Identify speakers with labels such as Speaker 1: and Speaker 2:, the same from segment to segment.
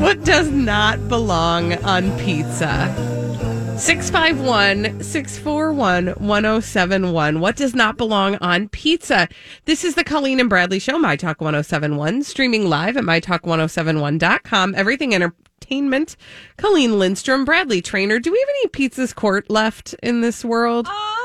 Speaker 1: What does not belong on pizza? 651 641 1071. What does not belong on pizza? This is the Colleen and Bradley Show, My Talk 1071, streaming live at MyTalk1071.com. Everything entertainment. Colleen Lindstrom, Bradley Trainer. Do we have any pizzas court left in this world?
Speaker 2: Ah.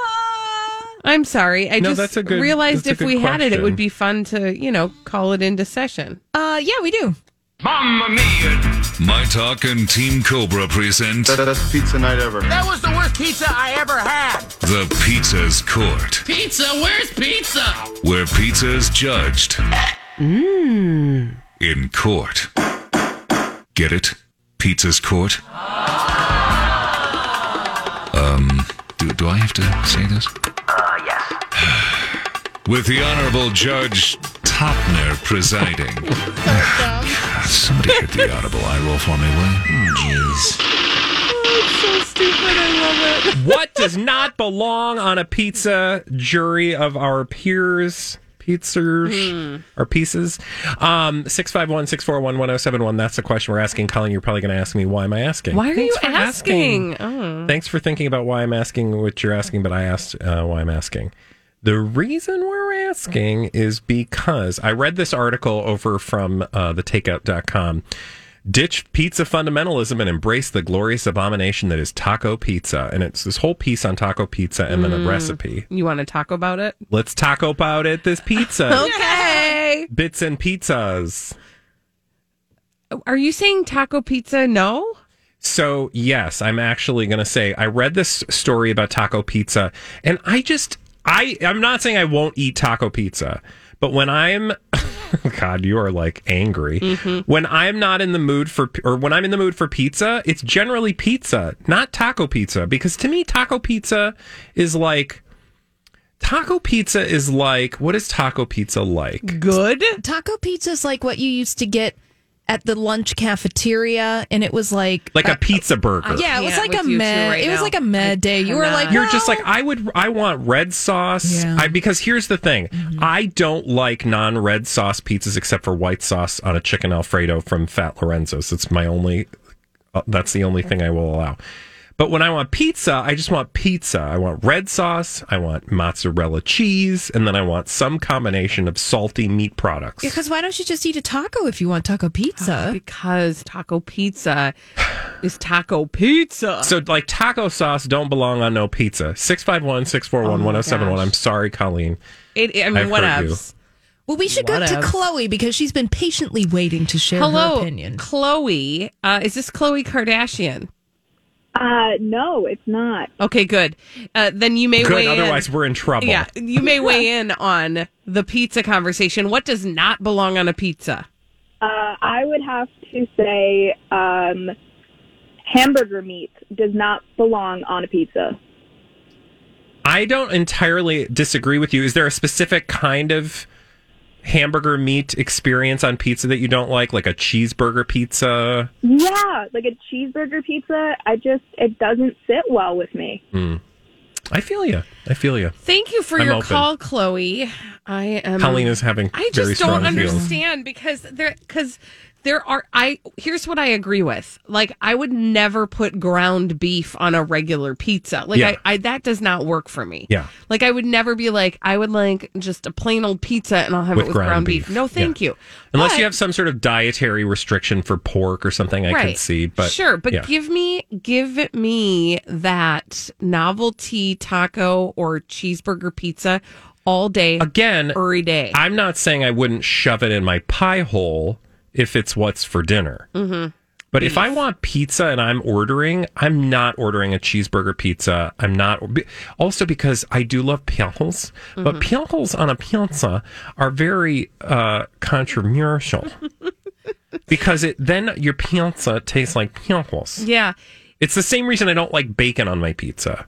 Speaker 1: I'm sorry. I
Speaker 3: No,
Speaker 1: just
Speaker 3: that's a good-
Speaker 1: realized
Speaker 3: that's a
Speaker 1: if
Speaker 3: good
Speaker 1: we had it, it
Speaker 3: question.
Speaker 1: would be fun to, you know, call it into session.
Speaker 2: Uh, yeah, we do.
Speaker 4: Mamma mia!
Speaker 5: My Talk and Team Cobra present
Speaker 6: That- That's pizza night ever.
Speaker 4: That was the worst pizza I ever had.
Speaker 5: The Pizza's Court,
Speaker 4: Pizza? Where's pizza?
Speaker 5: where pizza's judged in court. Get it? Pizza's Court? Um, do, do I have to say this? Uh, yes. With the Honorable Judge Topner presiding. God, somebody hit the audible eye roll for me, will
Speaker 3: Oh,
Speaker 5: you? Jeez.
Speaker 1: Oh,
Speaker 3: what does not belong on a pizza jury of our peers pizzas
Speaker 1: Hmm.
Speaker 3: or pieces um 651 641 1071 that's the question we're asking colin you're probably going to ask me why am i asking
Speaker 1: Why are
Speaker 3: Thanks
Speaker 1: you
Speaker 3: for
Speaker 1: asking? Oh.
Speaker 3: thanks for thinking about why i'm asking what you're asking but i asked uh, why i'm asking the reason we're asking is because i read this article over from uh, the takeout.com ditch pizza fundamentalism and embrace the glorious abomination that is taco pizza and it's this whole piece on taco pizza and then a recipe
Speaker 1: You want to talk about it?
Speaker 3: let's taco about it this pizza
Speaker 1: Okay.
Speaker 3: bits and pizzas
Speaker 1: Are you saying taco pizza? No.
Speaker 3: So, yes, I'm actually going to say I read this story about taco pizza and I just I I'm not saying I won't eat taco pizza, but when I'm god, you are like angry. When I'm not in the mood for or when I'm in the mood for pizza, it's generally pizza, not taco pizza because to me taco pizza is like taco pizza is like what is taco pizza like?
Speaker 1: Good.
Speaker 2: Taco pizza is like what you used to get at the lunch cafeteria, and it was like,
Speaker 3: Like a pizza burger.
Speaker 2: yeah, it was
Speaker 1: can't
Speaker 2: like a
Speaker 1: with you two
Speaker 2: med.
Speaker 1: right
Speaker 2: it was
Speaker 1: now.
Speaker 2: like a med day. You were like,
Speaker 1: cannot.
Speaker 3: You're just
Speaker 2: well,
Speaker 3: like I would. I want red sauce.
Speaker 2: Yeah.
Speaker 3: I, because here's the thing: I don't like non-red sauce pizzas except for white sauce on a chicken Alfredo from Fat Lorenzo's. That's my only. Uh, that's the only thing I will allow. But when I want pizza, I just want pizza. I want red sauce. I want mozzarella cheese, and then I want some combination of salty meat products.
Speaker 2: because why don't you just eat a taco if you want taco pizza?
Speaker 1: Ah, Because taco pizza is taco pizza.
Speaker 3: so like taco sauce don't belong on no pizza. 651-641-1071. I'm sorry, Colleen.
Speaker 1: It, I
Speaker 3: I've
Speaker 1: mean, what
Speaker 3: heard you.
Speaker 1: else?
Speaker 2: Well, we should go to
Speaker 1: Whatev.
Speaker 2: Chloe because she's been patiently waiting to share her
Speaker 1: Hello,
Speaker 2: opinion.
Speaker 1: Chloe. Uh, is this Chloe Kardashian?
Speaker 7: Uh, no, it's not.
Speaker 1: Okay, good. Uh, then you may
Speaker 3: Good.
Speaker 1: weigh
Speaker 3: Otherwise,
Speaker 1: in.
Speaker 3: we're in trouble.
Speaker 1: Yeah, you may weigh in on the pizza conversation. What does not belong on a pizza?
Speaker 7: Uh, I would have to say um, hamburger meat does not belong on a pizza.
Speaker 3: I don't entirely disagree with you. Is there a specific kind of hamburger meat experience on pizza that you don't like, like a cheeseburger pizza?
Speaker 7: Yeah, like a cheeseburger pizza, I just it doesn't sit well with me.
Speaker 3: I feel you. I feel you.
Speaker 1: Thank you for
Speaker 3: I'm
Speaker 1: your
Speaker 3: open.
Speaker 1: call, Chloe. I am.
Speaker 3: Colleen is having
Speaker 1: I
Speaker 3: very
Speaker 1: just don't
Speaker 3: strong feelings.
Speaker 1: understand because there because there are I here's what I agree with. Like I would never put ground beef on a regular pizza. Like
Speaker 3: Yeah.
Speaker 1: I, I that does not work for me.
Speaker 3: Yeah.
Speaker 1: Like I would never be like I would like just a plain old pizza and I'll have
Speaker 3: With
Speaker 1: it with
Speaker 3: ground
Speaker 1: ground, beef.
Speaker 3: beef.
Speaker 1: No, thank
Speaker 3: Yeah.
Speaker 1: you.
Speaker 3: Unless
Speaker 1: But-
Speaker 3: you have some sort of dietary restriction for pork or something, I could see. But
Speaker 1: sure, but
Speaker 3: yeah.
Speaker 1: give me give me that novelty taco or cheeseburger pizza all day
Speaker 3: again,
Speaker 1: every day.
Speaker 3: I'm not saying I wouldn't shove it in my pie hole if it's what's for dinner. Mm-hmm. But if I want pizza and I'm ordering, I'm not ordering a cheeseburger pizza. I'm not. be- Also, because I do love pickles, but pickles on a pizza are very uh, controversial. because it then your pizza tastes like pickles.
Speaker 1: yeah.
Speaker 3: It's the same reason I don't like bacon on my pizza.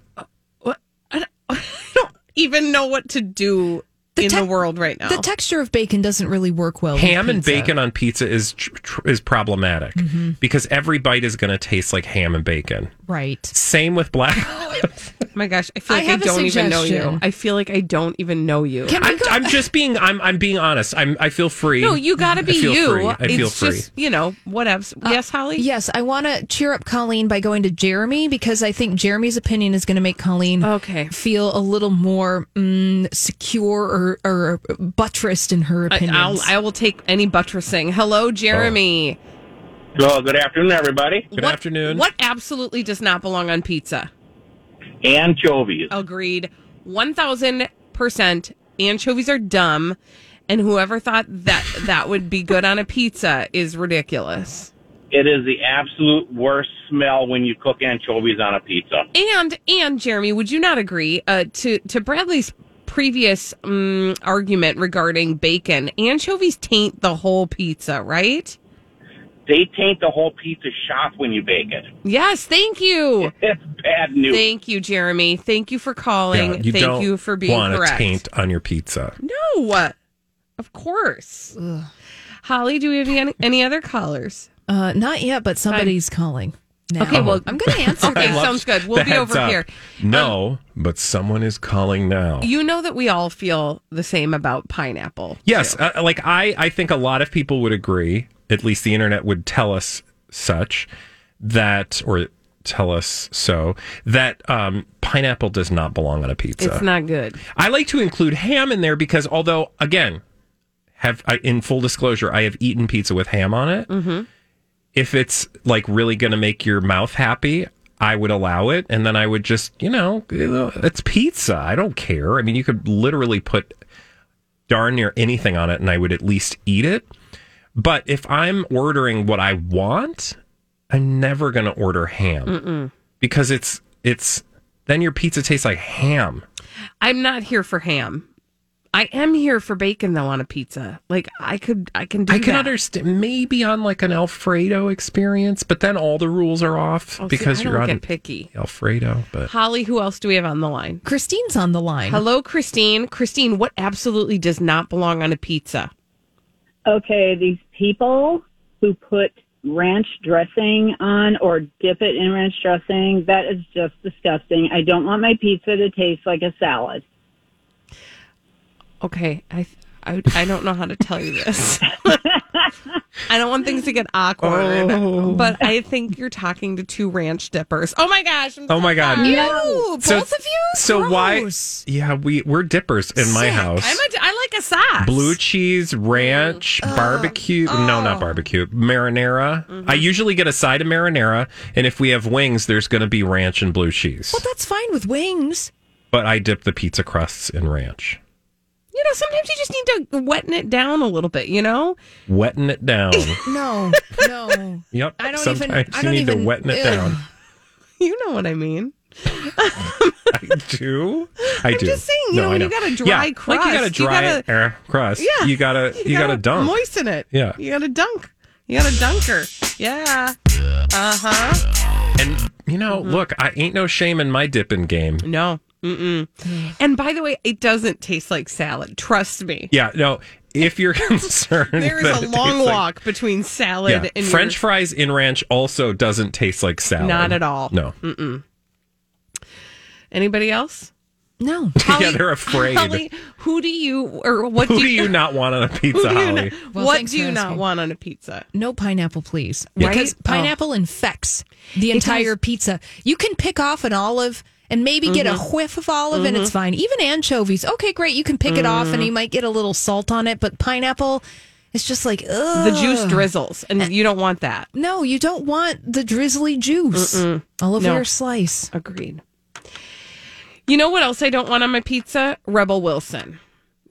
Speaker 1: Even know what to do in
Speaker 2: tec-
Speaker 1: the world right now.
Speaker 2: The texture of bacon doesn't really work well. with
Speaker 3: ham and
Speaker 2: pizza.
Speaker 3: bacon on pizza is tr- tr- is problematic
Speaker 1: Mm-hmm.
Speaker 3: because every bite is going to taste like ham and bacon.
Speaker 2: right?
Speaker 3: Same with black.
Speaker 1: Oh my gosh, I feel
Speaker 2: I
Speaker 1: like I,
Speaker 2: have a
Speaker 1: don't even know you.
Speaker 2: suggestion.
Speaker 1: I feel like I don't even know you.
Speaker 2: Can
Speaker 3: I'm,
Speaker 2: we go?
Speaker 3: I'm just being. I'm I'm being honest. I'm I feel free.
Speaker 1: no, you got to be
Speaker 3: I feel
Speaker 1: you.
Speaker 3: Free. I
Speaker 1: it's
Speaker 3: feel free.
Speaker 1: just you know whatevs. Uh, yes, Holly.
Speaker 2: Yes, I want to cheer up Colleen by going to Jeremy because I think Jeremy's opinion is going to make Colleen
Speaker 1: Okay.
Speaker 2: feel a little more mm, secure or, or buttressed in her
Speaker 1: I,
Speaker 2: opinions.
Speaker 1: I'll I will take any buttressing. Hello, Jeremy.
Speaker 6: Well, Oh. good afternoon, everybody.
Speaker 3: Good
Speaker 1: What-
Speaker 3: afternoon.
Speaker 1: What absolutely does not belong on pizza?
Speaker 6: Anchovies.
Speaker 1: Agreed. 1000% anchovies are dumb. And whoever thought that that would be good on a pizza is ridiculous.
Speaker 6: It is the absolute worst smell when you cook anchovies on a pizza.
Speaker 1: And and Jeremy, would you not agree uh, to to Bradley's previous um, argument regarding bacon? Anchovies taint the whole pizza, right?
Speaker 6: They taint the whole pizza shop when you bake it.
Speaker 1: Yes. Thank you.
Speaker 6: It's bad news.
Speaker 1: Thank you, Jeremy. Thank you for calling.
Speaker 3: Yeah, you
Speaker 1: Thank
Speaker 3: don't
Speaker 1: you for being
Speaker 3: want
Speaker 1: correct.
Speaker 3: a taint on your pizza.
Speaker 1: No, of course. Holly, do we have any, any other callers?
Speaker 2: uh, not yet, but somebody's calling. Now.
Speaker 1: Okay, well-
Speaker 2: I'm going to answer.
Speaker 1: Okay,
Speaker 2: that.
Speaker 3: Love
Speaker 1: sounds good. We'll
Speaker 3: the
Speaker 1: be
Speaker 3: heads
Speaker 1: over
Speaker 3: up.
Speaker 1: here. Um,
Speaker 3: No, but someone is calling now.
Speaker 1: You know that we all feel the same about pineapple.
Speaker 3: Yes, uh, like I, I think a lot of people would agree. At least the internet would tell us such that, or tell us so that um, pineapple does not belong on a pizza.
Speaker 1: It's not good.
Speaker 3: I like to include ham in there because, although again, have I, in full disclosure, I have eaten pizza with ham on it. If it's like really going to make your mouth happy. I would allow it, and then I would just, you know, it's pizza. I don't care. I mean, you could literally put darn near anything on it and I would at least eat it. But if I'm ordering what I want, I'm never going to order ham because it's it's then your pizza tastes like ham.
Speaker 1: I'm not here for ham. I am here for bacon though on a pizza. Like I could I can do
Speaker 3: I can
Speaker 1: that.
Speaker 3: understand maybe on like an alfredo experience, but then all the rules are off
Speaker 1: Oh, see,
Speaker 3: because
Speaker 1: I
Speaker 3: you're
Speaker 1: don't
Speaker 3: on
Speaker 1: get picky.
Speaker 3: alfredo, but
Speaker 1: Holly, who else do we have on the line?
Speaker 2: Christine's on the line.
Speaker 1: Hello, Christine. Christine, what absolutely does not belong on a pizza?
Speaker 7: okay, these people who put ranch dressing on or dip it in ranch dressing, that is just disgusting. I don't want my pizza to taste like a salad.
Speaker 1: Okay, I I, I don't know how to tell you this. I don't want things to get awkward,
Speaker 3: Oh.
Speaker 1: but I think you're talking to two ranch dippers. Oh my gosh! I'm
Speaker 3: Oh my God.
Speaker 1: sorry.
Speaker 2: Ew, both of you?
Speaker 3: So
Speaker 2: Gross.
Speaker 3: why Yeah, we we're dippers in my
Speaker 2: Sick.
Speaker 3: house.
Speaker 1: I'm a, I like a sauce.
Speaker 3: blue cheese ranch barbecue no
Speaker 1: Oh.
Speaker 3: not barbecue marinara i
Speaker 1: Mm-hmm.
Speaker 3: usually get a side of marinara and if we have wings there's going to be ranch and blue cheese
Speaker 2: Well, that's fine with wings.
Speaker 3: but i dip the pizza crusts in ranch
Speaker 1: You know, sometimes you just need to wetten it down a little bit. You know,
Speaker 3: wetting it down
Speaker 2: No, no.
Speaker 3: yep
Speaker 2: I don't even-
Speaker 3: sometimes
Speaker 2: I
Speaker 3: you
Speaker 2: don't
Speaker 3: need
Speaker 2: even-
Speaker 3: to wetten it
Speaker 2: Ugh.
Speaker 3: down
Speaker 1: you know what I mean.
Speaker 3: i do i do
Speaker 1: just saying, you know, when
Speaker 3: I
Speaker 1: you got a dry
Speaker 3: yeah, like
Speaker 1: crust,
Speaker 3: you got a
Speaker 1: you
Speaker 3: dry
Speaker 1: gotta-
Speaker 3: uh, crust
Speaker 1: Yeah,
Speaker 3: you gotta you, gotta, dunk
Speaker 1: moisten it.
Speaker 3: Yeah.
Speaker 1: you gotta dunk. You got a dunker. Yeah. Uh huh.
Speaker 3: and you know
Speaker 1: Mm-hmm.
Speaker 3: look i ain't no shame in my dipping game
Speaker 1: No. Mm-mm. And by the way, it doesn't taste like salad. Trust me.
Speaker 3: yeah no if you're concerned
Speaker 1: There is
Speaker 3: that
Speaker 1: a
Speaker 3: it
Speaker 1: long
Speaker 3: tastes like-
Speaker 1: walk between salad and your-
Speaker 3: French fries in ranch also
Speaker 1: Mm.
Speaker 3: doesn't taste like salad.
Speaker 1: Not at all.
Speaker 3: No.
Speaker 1: Anybody else?
Speaker 2: No.
Speaker 3: yeah, they're afraid.
Speaker 1: Holly, who do you or what
Speaker 3: Who
Speaker 1: do
Speaker 3: do
Speaker 1: you,
Speaker 3: you not want on a pizza,
Speaker 1: who do you
Speaker 3: Holly?
Speaker 1: not-
Speaker 2: Well,
Speaker 1: what
Speaker 2: thanks
Speaker 1: do
Speaker 2: for
Speaker 1: you not
Speaker 2: asking.
Speaker 1: want on a pizza?
Speaker 2: No pineapple, please.
Speaker 1: Yeah.
Speaker 2: Because
Speaker 1: Right? Oh.
Speaker 2: pineapple infects the entire pizza. You can pick off an olive and maybe get a
Speaker 1: Mm-hmm.
Speaker 2: whiff of olive and it's fine. Even anchovies. Okay, great. You can pick it off
Speaker 1: Mm-hmm.
Speaker 2: and you might get a little salt on it, but pineapple, it's just like, ugh.
Speaker 1: The juice drizzles, and you don't want that.
Speaker 2: No, you don't want the drizzly juice all over
Speaker 1: No.
Speaker 2: your slice.
Speaker 1: Agreed. You know what else I don't want on my pizza? Rebel Wilson.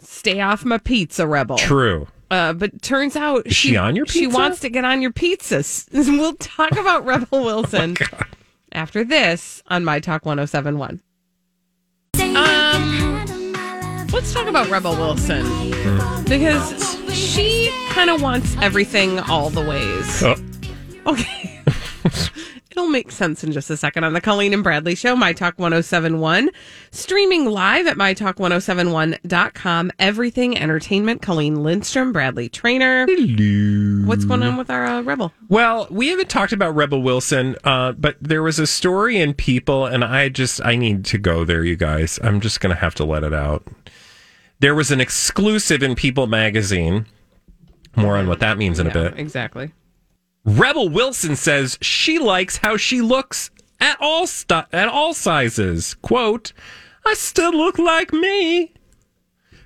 Speaker 1: Stay off my pizza, Rebel.
Speaker 3: True.
Speaker 1: Uh, but turns out
Speaker 3: she on your
Speaker 1: She
Speaker 3: pizza?
Speaker 1: wants to get on your pizzas. we'll talk about
Speaker 3: Oh
Speaker 1: Rebel Wilson after this on My Talk 1071. Um, let's talk about Rebel Wilson
Speaker 3: Hmm.
Speaker 1: because she kind of wants everything all the ways.
Speaker 3: Oh,
Speaker 1: Okay. It'll make sense in just a second on the Colleen and Bradley Show, My Talk 1071, streaming live at MyTalk1071.com. Everything Entertainment, Colleen Lindstrom, Bradley Trainer. What's going on with our uh, Rebel?
Speaker 3: Well, we haven't talked about Rebel Wilson, uh, but there was a story in People, and I just I need to go there, you guys. I'm just gonna have to let it out. There was an exclusive in People magazine. More on what that means in a bit.
Speaker 1: Exactly.
Speaker 3: Rebel Wilson says she likes how she looks at all sti- at all sizes. Quote, I still look like me.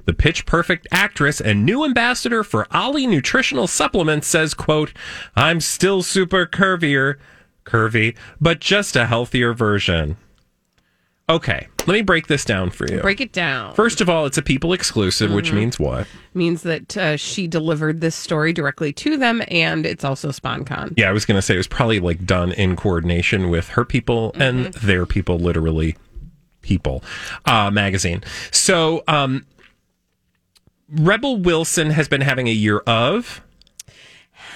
Speaker 3: The pitch perfect actress and new ambassador for Ali Nutritional Supplements says, quote, I'm still super curvier, curvy, but just a healthier version. Okay, let me break this down for you.
Speaker 1: Break it down.
Speaker 3: First of all, it's a people exclusive, which means what?
Speaker 1: Means that uh, she delivered this story directly to them, and it's also SpawnCon.
Speaker 3: Yeah, I was going to say it was probably like done in coordination with her people and
Speaker 1: Mm-hmm.
Speaker 3: their people, literally people uh, magazine. So, um, Rebel Wilson has been having a year of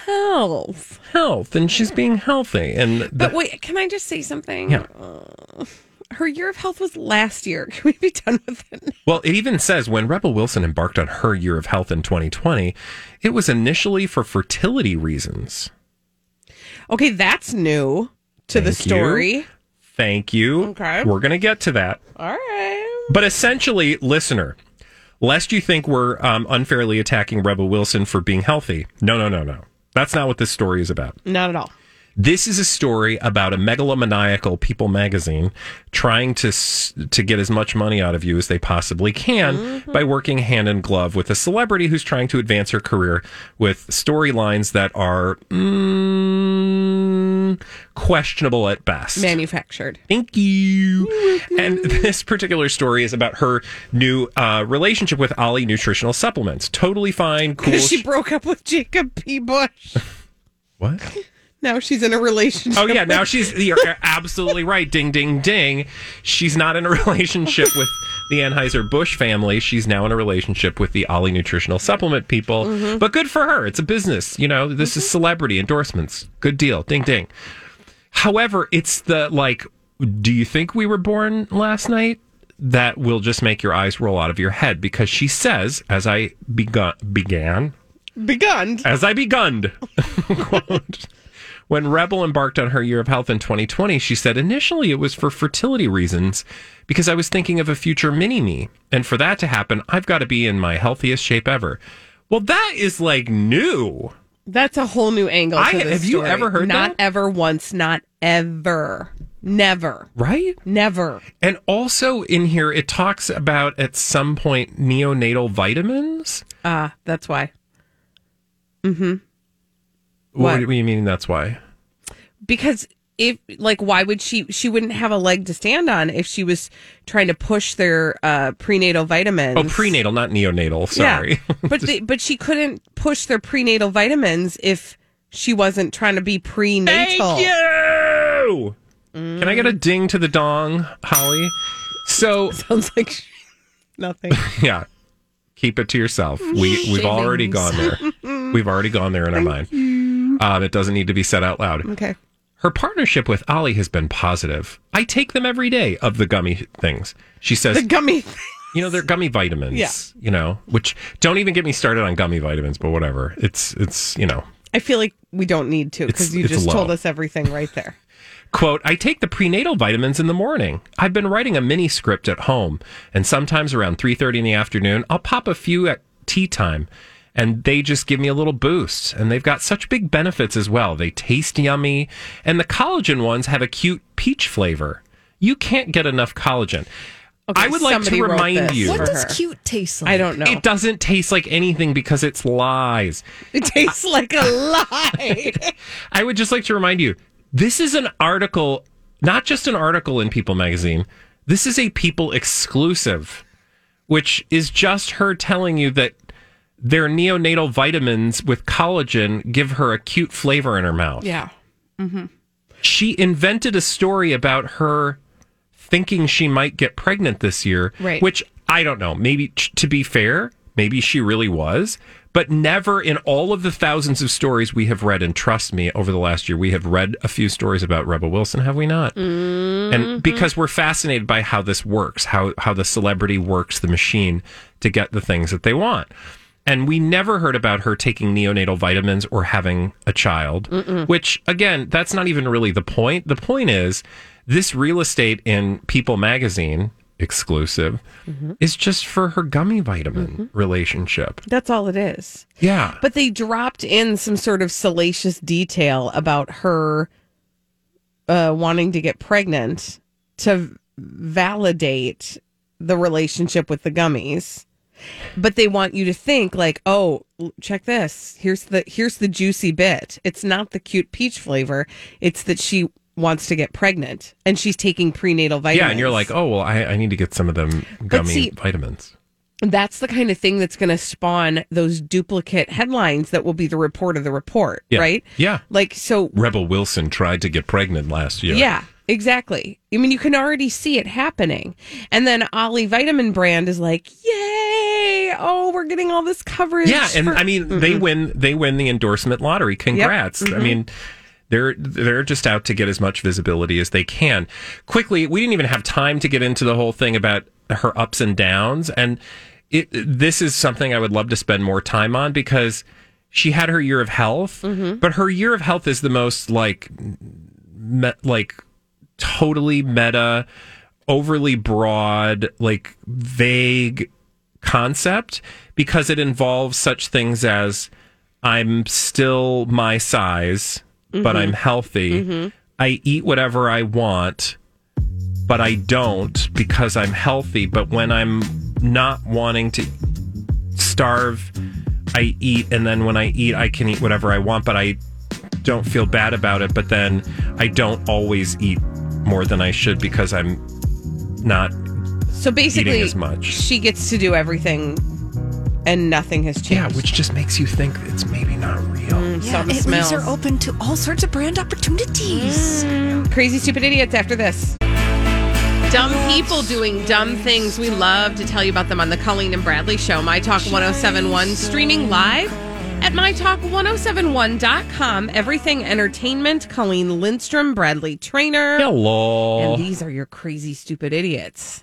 Speaker 1: Health.
Speaker 3: health, and she's being healthy. And the,
Speaker 1: But wait, can I just say something?
Speaker 3: Yeah.
Speaker 1: Uh, her year of health was last year. Can we be done with it?
Speaker 3: well, it even says when Rebel Wilson embarked on her year of health in 2020, it was initially for fertility reasons.
Speaker 1: Okay, that's new to the
Speaker 3: Thank you.
Speaker 1: story.
Speaker 3: Thank you.
Speaker 1: Okay.
Speaker 3: we're going to get to that.
Speaker 1: All right.
Speaker 3: But essentially, listener, lest you think we're um, unfairly attacking Rebel Wilson for being healthy, no, no, no, no. That's not what this story is about.
Speaker 1: Not at all.
Speaker 3: This is a story about a megalomaniacal People magazine trying to s- to get as much money out of you as they possibly can by working hand in glove with a celebrity who's trying to advance her career with storylines that are mm, questionable at best.
Speaker 1: Manufactured.
Speaker 3: Thank you. And this particular story is about her new uh, relationship with Ali Nutritional Supplements. Totally fine, cool.
Speaker 1: Because she broke up with Jacob P. Bush.
Speaker 3: what?
Speaker 1: Now she's in a relationship.
Speaker 3: Oh yeah, now she's you're absolutely right. Ding, ding, ding. She's not in a relationship with the Anheuser Busch family. She's now in a relationship with the Ali Nutritional Supplement people. But good for her. It's a business. You know, this is celebrity endorsements. Good deal. Ding, ding. However, it's the like, do you think we were born last night? That will just make your eyes roll out of your head because she says, as I begun, began,
Speaker 1: begun.
Speaker 3: as I begunned, quote, when Rebel embarked on her year of health in 2020, she said initially it was for fertility reasons because I was thinking of a future mini me. And for that to happen, I've got to be in my healthiest shape ever. Well, that is like new.
Speaker 1: That's a whole new angle. To
Speaker 3: I-
Speaker 1: this
Speaker 3: have you
Speaker 1: story.
Speaker 3: ever heard
Speaker 1: Not
Speaker 3: that?
Speaker 1: ever once. Not ever. Never.
Speaker 3: Right?
Speaker 1: Never.
Speaker 3: And also in here, it talks about at some point neonatal vitamins.
Speaker 1: Ah, that's why.
Speaker 3: What,
Speaker 1: What?
Speaker 3: do you mean that's why?
Speaker 1: Because if like, why would she? She wouldn't have a leg to stand on if she was trying to push their uh, prenatal vitamins.
Speaker 3: Oh, prenatal, not neonatal. Sorry.
Speaker 1: Yeah. but they, but she couldn't push their prenatal vitamins if she wasn't trying to be prenatal.
Speaker 3: you. Can I get
Speaker 1: Mm.
Speaker 3: a ding to the dong, Holly? So
Speaker 1: Sounds like she- nothing.
Speaker 3: yeah, keep it to yourself. We we've already gone there. We've already gone there in our mind. Um, it doesn't need to be said out loud.
Speaker 1: Okay.
Speaker 3: Her partnership with Ollie has been positive. I take them every day of the gummy things. She says,
Speaker 1: The gummy.
Speaker 3: you know, they're gummy vitamins.
Speaker 1: Yeah.
Speaker 3: You know, which don't even get me started on gummy vitamins, but whatever. It's it's you know
Speaker 1: I feel like we don't need to
Speaker 3: It's-
Speaker 1: because you
Speaker 3: it's
Speaker 1: just
Speaker 3: low.
Speaker 1: told us everything right there.
Speaker 3: Quote, I take the prenatal vitamins in the morning. I've been writing a mini script at home, and sometimes around 3.30 in the afternoon, I'll pop a few at tea time, and they just give me a little boost. And they've got such big benefits as well. They taste yummy, and the collagen ones have a cute peach flavor. You can't get enough collagen. I would like
Speaker 1: somebody
Speaker 3: to
Speaker 1: wrote
Speaker 3: remind
Speaker 1: this
Speaker 3: you.
Speaker 2: What
Speaker 1: for
Speaker 2: does
Speaker 1: her.
Speaker 2: cute taste like?
Speaker 1: I don't know.
Speaker 3: It doesn't taste like anything because it's lies.
Speaker 1: It tastes like a lie.
Speaker 3: I would just like to remind you this is an article, not just an article in People magazine. This is a People exclusive, which is just her telling you that their neonatal vitamins with collagen give her a cute flavor in her mouth.
Speaker 1: yeah. Mm-hmm.
Speaker 3: She invented a story about her thinking she might get pregnant this year,
Speaker 1: Right.
Speaker 3: which I don't know. Maybe t- to be fair, maybe she really was, but never in all of the thousands of stories we have read and trust me over the last year, we have read a few stories about Rebel Wilson, have we not?
Speaker 1: Mm-hmm.
Speaker 3: And because we're fascinated by how this works, how how the celebrity works the machine to get the things that they want. And we never heard about her taking neonatal vitamins or having a child, which again, that's not even really the point. The point is this real estate in People magazine exclusive
Speaker 1: Mm-hmm.
Speaker 3: is just for her gummy vitamin relationship.
Speaker 1: That's all it is.
Speaker 3: Yeah.
Speaker 1: Mm-hmm. But they dropped in some sort of salacious detail about her uh, wanting to get pregnant to validate the relationship with the gummies. But they want you to think like, oh, l- check this. Here's the here's the juicy bit. It's not the cute peach flavor. It's that she wants to get pregnant and she's taking prenatal vitamins.
Speaker 3: yeah, and you're like, oh well I, I need to get some of them gummy
Speaker 1: see-
Speaker 3: vitamins.
Speaker 1: that's the kind of thing that's going to spawn those duplicate headlines that will be the report of the report,
Speaker 3: Yeah.
Speaker 1: right?
Speaker 3: Yeah.
Speaker 1: Like, so,
Speaker 3: Rebel Wilson tried to get pregnant last year.
Speaker 1: yeah. exactly. I mean, you can already see it happening. And then Ollie Vitamin Brand is like, yay, oh, we're getting all this coverage.
Speaker 3: Yeah, and
Speaker 1: for- Mm-hmm.
Speaker 3: I mean they win they win the endorsement lottery. Congrats. I mean they're they're just out to get as much visibility as they can. Quickly, we didn't even have time to get into the whole thing about her ups and downs and it this is something I would love to spend more time on because she had her year of health,
Speaker 1: Mm-hmm.
Speaker 3: but her year of health is the most like me- like totally meta, overly broad, like vague concept because it involves such things as I'm still my size, but I'm healthy. I eat whatever I want, but I don't because I'm healthy. But when I'm not wanting to starve, I eat. And then when I eat, I can eat whatever I want, but I don't feel bad about it. But then I don't always eat more than I should because I'm not
Speaker 1: so basically,
Speaker 3: eating as much.
Speaker 1: she gets to do everything and nothing has changed.
Speaker 3: Yeah, which just makes you think it's maybe not real.
Speaker 2: Yeah,
Speaker 1: Some
Speaker 2: it leaves
Speaker 1: smells. Mm.
Speaker 2: her open to all sorts of brand opportunities.
Speaker 1: Crazy Stupid Idiots after this. Dumb people doing dumb things. We love to tell you about them on the Colleen and Bradley Show, My Talk 1071, streaming live at MyTalk1071.com. Everything Entertainment, Colleen Lindstrom, Bradley Trainer.
Speaker 3: Hello.
Speaker 1: And these are your crazy, stupid idiots.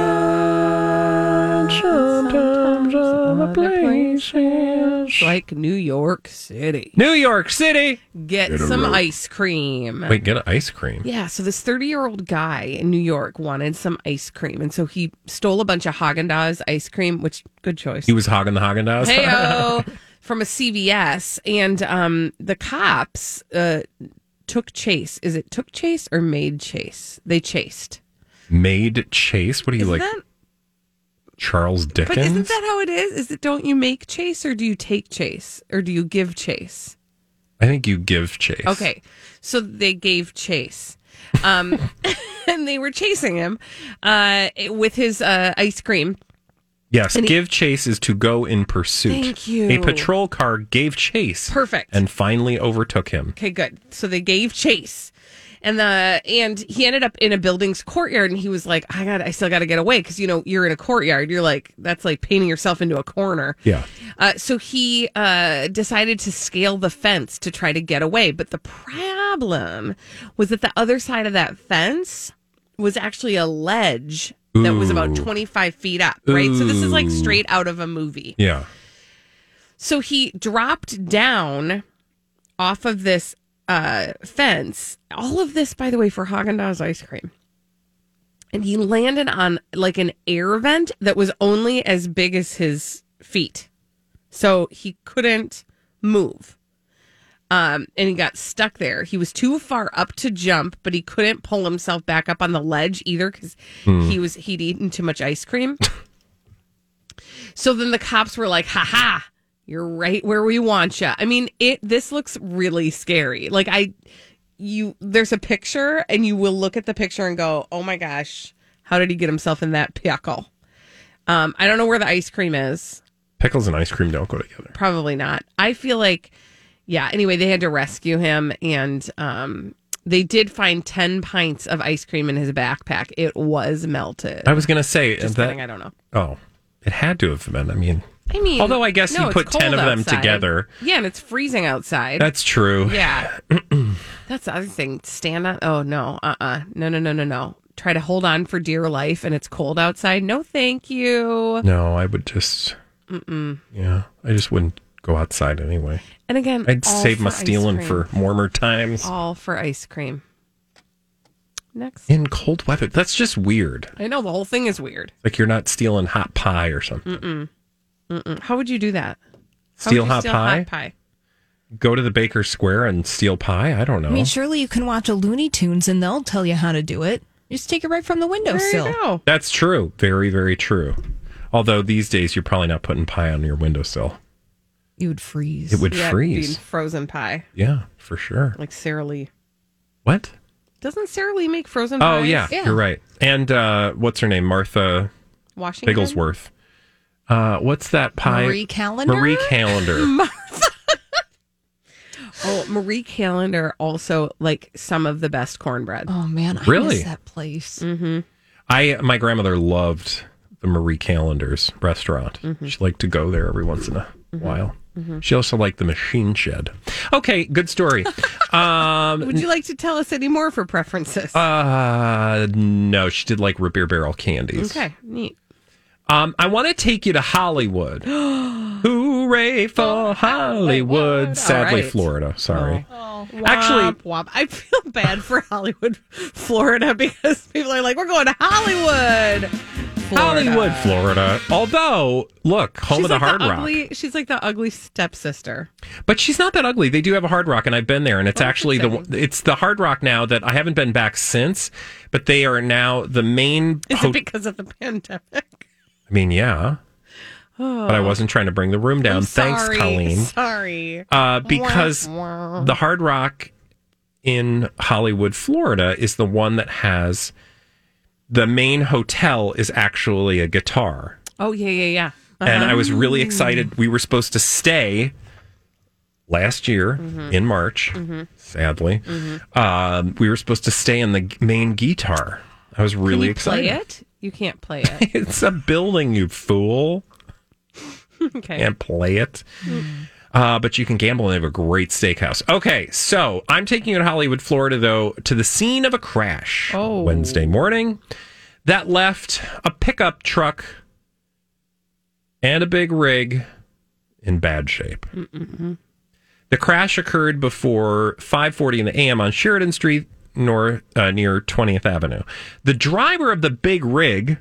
Speaker 3: sometimes other places.
Speaker 1: Like New York City.
Speaker 3: New York City.
Speaker 1: Get some ice cream.
Speaker 3: Wait, get an ice cream.
Speaker 1: Yeah, so this 30 year old guy in New York wanted some ice cream. And so he stole a bunch of Haagen Dazs ice cream, which, good choice.
Speaker 3: He was hogging the Haagen Dazs.
Speaker 1: Heyo, from a CVS. And um, the cops uh, took chase. Is it took chase or made chase? They chased.
Speaker 3: Made Chase. What are you
Speaker 1: Isn't
Speaker 3: like,
Speaker 1: that,
Speaker 3: Charles Dickens?
Speaker 1: but isn't that how it is? Is it don't you make chase or do you take chase or do you give chase?
Speaker 3: I think you give chase.
Speaker 1: Okay, so they gave chase, um, and they were chasing him uh, with his uh, ice cream.
Speaker 3: Yes, give chase is to go in pursuit.
Speaker 1: Thank you.
Speaker 3: A patrol car gave chase
Speaker 1: Perfect.
Speaker 3: and finally overtook him.
Speaker 1: Okay, good. So they gave chase, and the and he ended up in a building's courtyard, and he was like, "I got, I still got to get away," because you know you're in a courtyard, you're like that's like painting yourself into a corner.
Speaker 3: Yeah.
Speaker 1: Uh, so he uh, decided to scale the fence to try to get away, but the problem was that the other side of that fence was actually a ledge that was about
Speaker 3: Ooh.
Speaker 1: 25 feet up, right? So this is like
Speaker 3: Ooh.
Speaker 1: straight out of a movie.
Speaker 3: Yeah.
Speaker 1: So he dropped down off of this uh, fence. All of this, by the way, for Haagen Dazs ice cream. And he landed on like an air vent that was only as big as his feet. So he couldn't move. Um, and he got stuck there. He was too far up to jump, but he couldn't pull himself back up on the ledge either because
Speaker 8: Hmm.
Speaker 1: he was he'd eaten too much ice cream. So then the cops were like, "Ha ha, you're right where we want you." I mean, it this looks really scary. Like I you there's a picture and you will look at the picture and go, "Oh my gosh, how did he get himself in that pickle?" Um, I don't know where the ice cream is.
Speaker 3: Pickles and ice cream don't go together.
Speaker 1: Probably not. I feel like yeah, anyway, they had to rescue him and um they did find 10 pints of ice cream in his backpack. It was melted.
Speaker 3: I was going to say
Speaker 1: Just
Speaker 3: that.
Speaker 1: kidding, I don't know.
Speaker 3: Oh, it had to have been. I mean,
Speaker 1: I mean,
Speaker 3: Although I guess
Speaker 1: no,
Speaker 3: he
Speaker 1: it's
Speaker 3: put 10
Speaker 1: cold
Speaker 3: of them
Speaker 1: outside.
Speaker 3: together.
Speaker 1: Yeah, and it's freezing outside.
Speaker 3: that's true.
Speaker 1: Yeah. That's the other thing. Stand on. Oh, no. Uh uh No, no, no, no, no. Try to hold on for dear life and it's cold outside. No, thank you.
Speaker 3: No, I would just.
Speaker 1: Mm-mm.
Speaker 3: Yeah, I just wouldn't go outside anyway.
Speaker 1: And again,
Speaker 3: I'd
Speaker 1: Mm, all
Speaker 3: save my
Speaker 1: for ice
Speaker 3: stealing
Speaker 1: cream.
Speaker 3: for warmer times.
Speaker 1: All for ice cream. Next.
Speaker 3: In cold weather, that's just weird.
Speaker 1: I know the whole thing is weird.
Speaker 3: Like you're not stealing hot pie or something.
Speaker 1: Mm-mm. Mm-mm. How would you do that? How
Speaker 3: Steal
Speaker 1: would you
Speaker 3: hot
Speaker 1: steal
Speaker 3: pie?
Speaker 1: Hot pie.
Speaker 3: Go to the Baker Square and steal pie. I don't know.
Speaker 2: I mean, surely you can watch a Looney Tunes and they'll tell you how to do it. You just take it right from the windowsill.
Speaker 3: That's true. Very, very true. Although these days you're probably not putting pie on your windowsill.
Speaker 2: You would freeze.
Speaker 3: It would
Speaker 1: Yeah, it'd be
Speaker 3: freeze.
Speaker 1: Frozen pie,
Speaker 3: Yeah, for sure.
Speaker 1: like Sara Lee.
Speaker 3: What?
Speaker 1: Doesn't Sara Lee make frozen
Speaker 3: Oh
Speaker 1: pies?
Speaker 3: yeah, you're right. And uh, what's her name? Martha
Speaker 1: Washington.
Speaker 3: Bigglesworth. Uh, what's that pie?
Speaker 1: Marie Callender?
Speaker 3: Marie Calendar.
Speaker 1: Oh, Marie Callender also like some of the best cornbread.
Speaker 2: Oh man,
Speaker 3: I Really? miss that
Speaker 2: place.
Speaker 1: Mm-hmm.
Speaker 3: I my grandmother loved the Marie Calendar's restaurant.
Speaker 1: Mm-hmm.
Speaker 3: She liked to go there every once in a while. She also liked the machine shed. Okay, good story. um,
Speaker 1: Would you like to tell us any more for preferences?
Speaker 3: Uh, no, she did like root beer barrel candies.
Speaker 1: okay, neat.
Speaker 3: Um, I want to take you to Hollywood. Hooray
Speaker 1: Oh,
Speaker 3: for Hollywood! Sadly,
Speaker 1: right. Oh.
Speaker 3: Florida. Sorry.
Speaker 1: Actually, I feel bad for Hollywood, Florida, because people are like, "We're going to Hollywood."
Speaker 3: Hollywood, Florida. Although, look, home
Speaker 1: she's
Speaker 3: of the
Speaker 1: like
Speaker 3: Hard
Speaker 1: the
Speaker 3: Rock.
Speaker 1: ugly, She's like the ugly stepsister.
Speaker 3: But she's not that ugly. They do have a Hard Rock, and I've been there, and
Speaker 1: Oh,
Speaker 3: it's actually the one- it's the Hard Rock now that I haven't been back since. But they are now the main.
Speaker 1: Is
Speaker 3: ho-
Speaker 1: it because of the
Speaker 3: Um,
Speaker 1: pandemic?
Speaker 3: I mean, yeah,
Speaker 1: Oh,
Speaker 3: but I wasn't trying to bring the room down. Thanks,
Speaker 1: sorry,
Speaker 3: Colleen.
Speaker 1: Sorry.
Speaker 3: Uh, because
Speaker 1: Wah, wah.
Speaker 3: the Hard Rock in Hollywood, Florida, is the one that has the main hotel is actually a guitar.
Speaker 1: Oh yeah, yeah, yeah.
Speaker 3: and
Speaker 1: Uh-huh.
Speaker 3: I was really excited. We were supposed to stay last year
Speaker 1: Mm-hmm.
Speaker 3: in March. Sadly, um, we were supposed to stay in the g- main guitar. I was
Speaker 1: Can
Speaker 3: really
Speaker 1: you
Speaker 3: excited.
Speaker 1: Play it? You can't play it.
Speaker 3: it's a building, you fool.
Speaker 1: okay.
Speaker 3: Can't play it. Uh, but you can gamble and they have a great steakhouse. Okay, so I'm taking you to Hollywood, Florida, though, to the scene of a crash
Speaker 1: Oh.
Speaker 3: Wednesday morning that left a pickup truck and a big rig in bad shape.
Speaker 1: Mm-mm-mm.
Speaker 3: The crash occurred before 5:40 in the a.m. on Sheridan Street, north uh, near 20th Avenue. The driver of the big rig,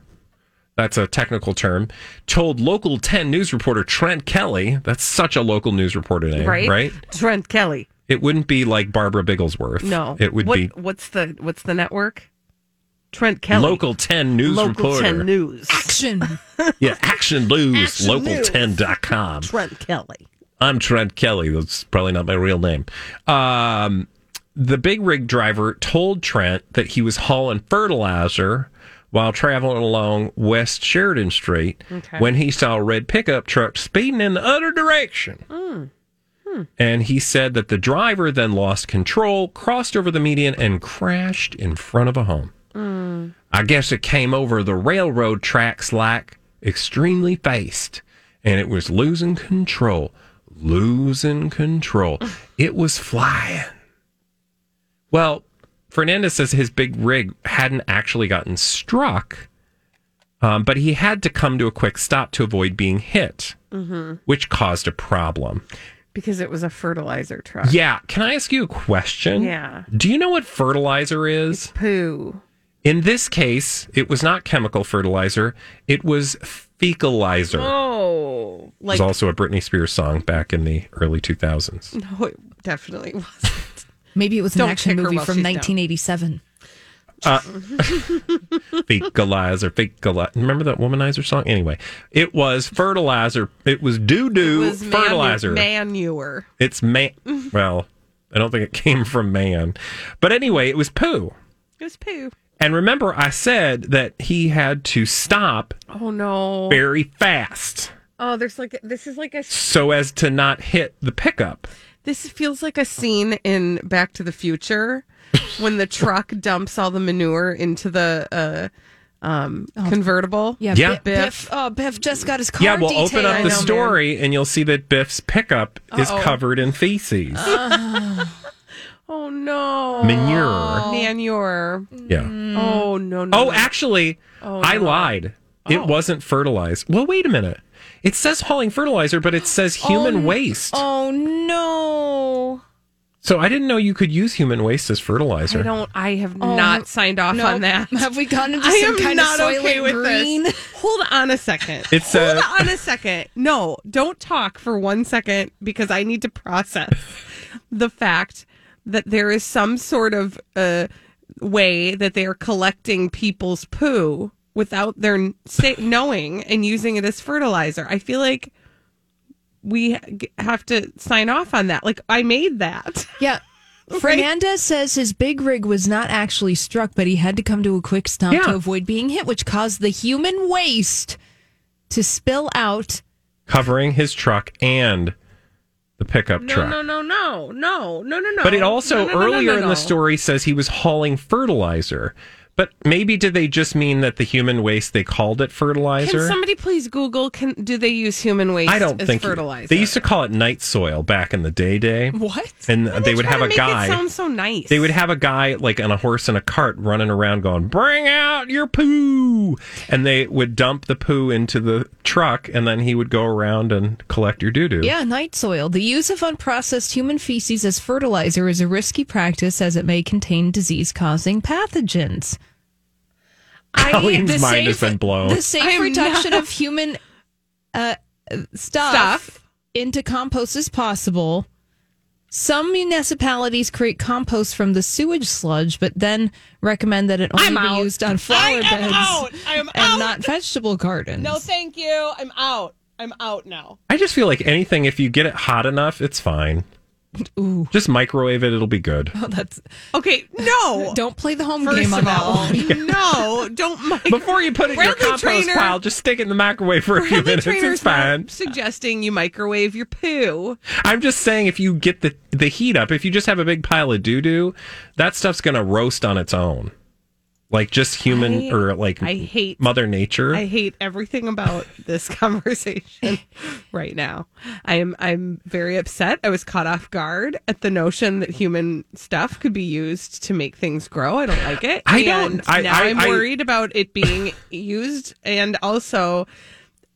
Speaker 3: that's a technical term, told local 10 news reporter Trent Kelly, that's such a local news reporter name, right?
Speaker 1: Right? Trent Kelly.
Speaker 3: It wouldn't be like Barbara Bigglesworth.
Speaker 1: No.
Speaker 3: It would
Speaker 1: What-
Speaker 3: be
Speaker 1: What's the What's the network? Trent Kelly.
Speaker 3: local 10 news
Speaker 1: Local
Speaker 3: reporter.
Speaker 1: 10 News.
Speaker 2: Action.
Speaker 3: Yeah, Action News,
Speaker 1: Action News.
Speaker 3: local10.com.
Speaker 1: Trent Kelly.
Speaker 3: I'm Trent Kelly. That's probably not my real name. Um, the big rig driver told Trent that he was hauling fertilizer while traveling along West Sheridan Street
Speaker 1: Okay.
Speaker 3: when he saw a red pickup truck speeding in the other direction. And he said that the driver then lost control, crossed over the median, and crashed in front of a home. I guess it came over the railroad tracks like extremely fast, and it was losing control, losing control. it was flying. Well, Fernandez says his big rig hadn't actually gotten struck, um, but he had to come to a quick stop to avoid being hit, which caused a problem.
Speaker 1: because it was a fertilizer truck.
Speaker 3: Yeah. Can I ask you a question?
Speaker 1: Yeah.
Speaker 3: Do you know what fertilizer is?
Speaker 1: Poo.
Speaker 3: In this case, it was not chemical fertilizer, it was fecalizer.
Speaker 1: Oh,
Speaker 3: it was
Speaker 1: like
Speaker 3: also a Britney Spears song back in the early 2000s.
Speaker 1: no, it definitely was.
Speaker 2: Maybe it was an
Speaker 1: Don't
Speaker 2: action
Speaker 1: kick her
Speaker 2: movie
Speaker 1: while
Speaker 2: from
Speaker 1: she's down.
Speaker 2: 1987.
Speaker 3: fecalizer, fecalizer. Remember that womanizer song? Anyway, it was fertilizer. It was doo doo
Speaker 1: was manu-
Speaker 3: fertilizer.
Speaker 1: manure.
Speaker 3: It's man. well, I don't think it came from man. But anyway, it was poo.
Speaker 1: It was poo.
Speaker 3: And remember, I said that he had to stop
Speaker 1: Oh no.
Speaker 3: very fast
Speaker 1: Oh, there's like this is like a
Speaker 3: so as to not hit the pickup.
Speaker 1: This feels like a scene in Back to the Future when the truck dumps all the manure into the uh, um, convertible.
Speaker 2: Yeah,
Speaker 3: Yeah.
Speaker 2: Biff. Biff. Oh, Biff just got his car
Speaker 3: yeah, we'll
Speaker 2: detailed.
Speaker 3: open up
Speaker 1: I
Speaker 3: the
Speaker 1: know, man.
Speaker 3: story and you'll see that Biff's pickup is
Speaker 1: Uh-oh. Uh-huh.
Speaker 3: covered in feces.
Speaker 1: Oh no.
Speaker 3: Manure.
Speaker 1: Manure.
Speaker 3: yeah.
Speaker 1: Oh no no.
Speaker 3: Oh,
Speaker 1: no.
Speaker 3: actually,
Speaker 1: Oh,
Speaker 3: I lied. It wasn't fertilized. Well, wait a minute. It says hauling fertilizer, but it says human waste.
Speaker 2: Oh no!
Speaker 3: So I didn't know you could use human waste as fertilizer.
Speaker 1: I don't. I have not signed off
Speaker 2: No.
Speaker 1: on that.
Speaker 2: Have we gone into
Speaker 1: I
Speaker 2: some
Speaker 1: am
Speaker 2: kind
Speaker 1: not
Speaker 2: of soylent
Speaker 1: okay with
Speaker 2: green?
Speaker 1: this. Hold on a second.
Speaker 3: It's
Speaker 1: Hold
Speaker 3: a-
Speaker 1: on a second. No, don't talk for one second because I need to process the fact that there is some sort of uh, way that they are collecting people's poo without their n- sa- knowing and using it as fertilizer. I feel like we ha- g- have to sign off on that. Like I made that.
Speaker 2: Yeah. Fernandez says his big rig was not actually struck, but he had to come to a quick stop
Speaker 3: Yeah.
Speaker 2: to avoid being hit, which caused the human waste to spill out.
Speaker 3: Covering his truck and the pickup
Speaker 1: No,
Speaker 3: truck.
Speaker 1: no, no, no, no, no, no, no.
Speaker 3: But it
Speaker 1: No,
Speaker 3: also
Speaker 1: no, no, no,
Speaker 3: earlier
Speaker 1: no,
Speaker 3: in
Speaker 1: no.
Speaker 3: the story says he was hauling fertilizer. But maybe did they just mean that the human waste they called it
Speaker 1: Can
Speaker 3: fertilizer?
Speaker 1: somebody please Google? Can do they use human waste?
Speaker 3: I don't
Speaker 1: as
Speaker 3: think
Speaker 1: fertilizer.
Speaker 3: they used to call it night soil back in the day. Day
Speaker 2: What?
Speaker 3: and
Speaker 1: Why
Speaker 3: they would
Speaker 1: try
Speaker 3: have
Speaker 1: to
Speaker 3: a
Speaker 1: make
Speaker 3: guy.
Speaker 1: It sound so nice.
Speaker 3: they would have a guy like on a horse and a cart running around going, Bring out your poo. And they would dump the poo into the truck and then he would go around and collect your doo doo.
Speaker 2: Yeah, night soil. The use of unprocessed human feces as fertilizer is a risky practice as it may contain disease causing pathogens.
Speaker 3: Colleen's mind has been blown.
Speaker 2: The safe
Speaker 1: I am
Speaker 2: reduction of human uh, stuff,
Speaker 1: Stuff.
Speaker 2: into compost is possible. Some municipalities create compost from the sewage sludge, but then recommend that it only
Speaker 1: I'm
Speaker 2: be
Speaker 1: out.
Speaker 2: used on flower
Speaker 1: I am
Speaker 2: beds
Speaker 1: out. I am
Speaker 2: and
Speaker 1: out.
Speaker 2: not vegetable gardens.
Speaker 1: No, thank you. I'm out. I'm out now.
Speaker 3: I just feel like anything, if you get it hot enough, it's fine. Just microwave it, it'll be good.
Speaker 2: Oh, that's
Speaker 1: Okay, no.
Speaker 2: don't play the home
Speaker 1: First
Speaker 2: game on
Speaker 1: of
Speaker 2: that
Speaker 1: all,
Speaker 2: one.
Speaker 1: no. Don't. Mic-
Speaker 3: Before you put it in your
Speaker 1: Bradley
Speaker 3: compost
Speaker 1: Traynor-
Speaker 3: pile, just stick it in the microwave for a few
Speaker 1: Bradley
Speaker 3: minutes. It's
Speaker 1: Trainor's not
Speaker 3: fine.
Speaker 1: Suggesting you microwave your poo.
Speaker 3: I'm just saying, if you get the, the heat up, if you just have a big pile of doo doo, that stuff's going to roast on its own. Like just human
Speaker 1: I-
Speaker 3: or like
Speaker 1: I hate-
Speaker 3: Mother Nature.
Speaker 1: I hate everything about this conversation right now. I am I'm very upset. I was caught off guard at the notion that human stuff could be used to make things grow. I don't like it.
Speaker 3: I don't-
Speaker 1: And
Speaker 3: I-
Speaker 1: now
Speaker 3: I-
Speaker 1: am
Speaker 3: I-
Speaker 1: worried about it being used and also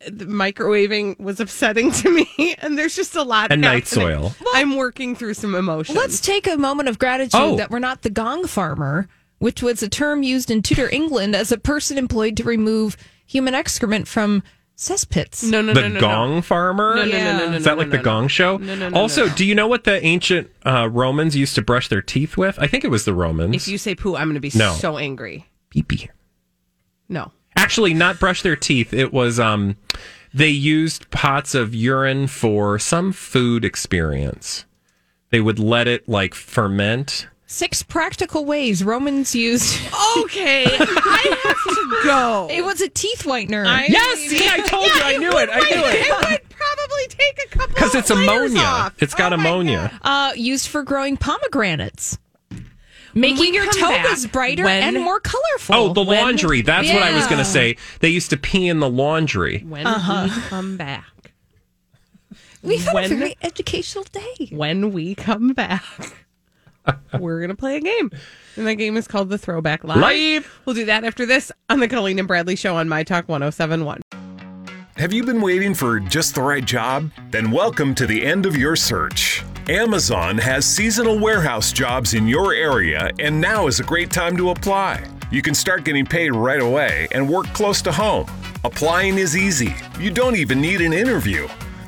Speaker 1: the microwaving was upsetting to me and there's just a lot
Speaker 3: And night
Speaker 1: happening.
Speaker 3: soil.
Speaker 1: I'm working through some emotions.
Speaker 2: Let's take a moment of gratitude
Speaker 3: Oh.
Speaker 2: that we're not the gong farmer, which was a term used in Tudor England as a person employed to remove human excrement from cesspits.
Speaker 1: no no
Speaker 3: the
Speaker 1: no no no.
Speaker 3: Gong Farmer.
Speaker 1: No, no, no, no, no,
Speaker 3: Is that
Speaker 1: no,
Speaker 3: like
Speaker 1: no,
Speaker 3: the
Speaker 1: no.
Speaker 3: Gong Show?
Speaker 1: No, no, no,
Speaker 3: also,
Speaker 1: no, no.
Speaker 3: do you know what the ancient uh, Romans used to brush their teeth with? I think it was the Romans.
Speaker 1: If you say poo, I'm going to be
Speaker 3: No.
Speaker 1: so angry.
Speaker 3: pee pee.
Speaker 1: No.
Speaker 3: Actually, not brush their teeth. It was um, they used pots of urine for some food experience. They would let it like ferment.
Speaker 2: Six practical ways Romans used
Speaker 1: Okay, I have to go.
Speaker 2: it was a teeth whitener.
Speaker 1: I-
Speaker 3: Yes, see, I told you, I knew it, I knew it.
Speaker 1: It would probably take a couple
Speaker 3: because it's
Speaker 1: of layers
Speaker 3: ammonia.
Speaker 1: off.
Speaker 3: It's got
Speaker 1: Oh my
Speaker 3: ammonia.
Speaker 2: Uh, used for growing pomegranates, making your
Speaker 1: come
Speaker 2: toes
Speaker 1: back,
Speaker 2: brighter
Speaker 1: when-
Speaker 2: and more colorful.
Speaker 3: Oh, the laundry. That's what I was going
Speaker 2: Yeah.
Speaker 3: to say. They used to pee in the laundry.
Speaker 1: When we come back.
Speaker 2: We've had
Speaker 1: when-
Speaker 2: a very educational day.
Speaker 1: When we come back, we're going to play a game. And the game is called The Throwback Live.
Speaker 3: Live.
Speaker 1: We'll do that after this on the Colleen and Bradley Show on My Talk 1071.
Speaker 8: Have you been waiting for just the right job? Then welcome to the end of your search. Amazon has seasonal warehouse jobs in your area, and now is a great time to apply. You can start getting paid right away and work close to home. Applying is easy, you don't even need an interview.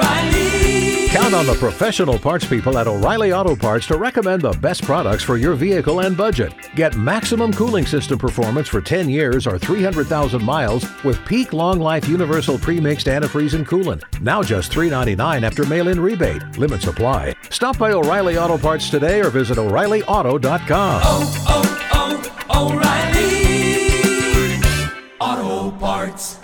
Speaker 9: Count on the professional parts people at O'Reilly Auto Parts to recommend the best products for your vehicle and budget. Get maximum cooling system performance for 10 years or 300,000 miles with peak long life universal pre-mixed antifreeze and coolant. Now just $3.99 after mail-in rebate. Limit supply. Stop by O'Reilly Auto Parts today or visit O'ReillyAuto.com.
Speaker 10: Oh, oh, O'Reilly Auto Parts.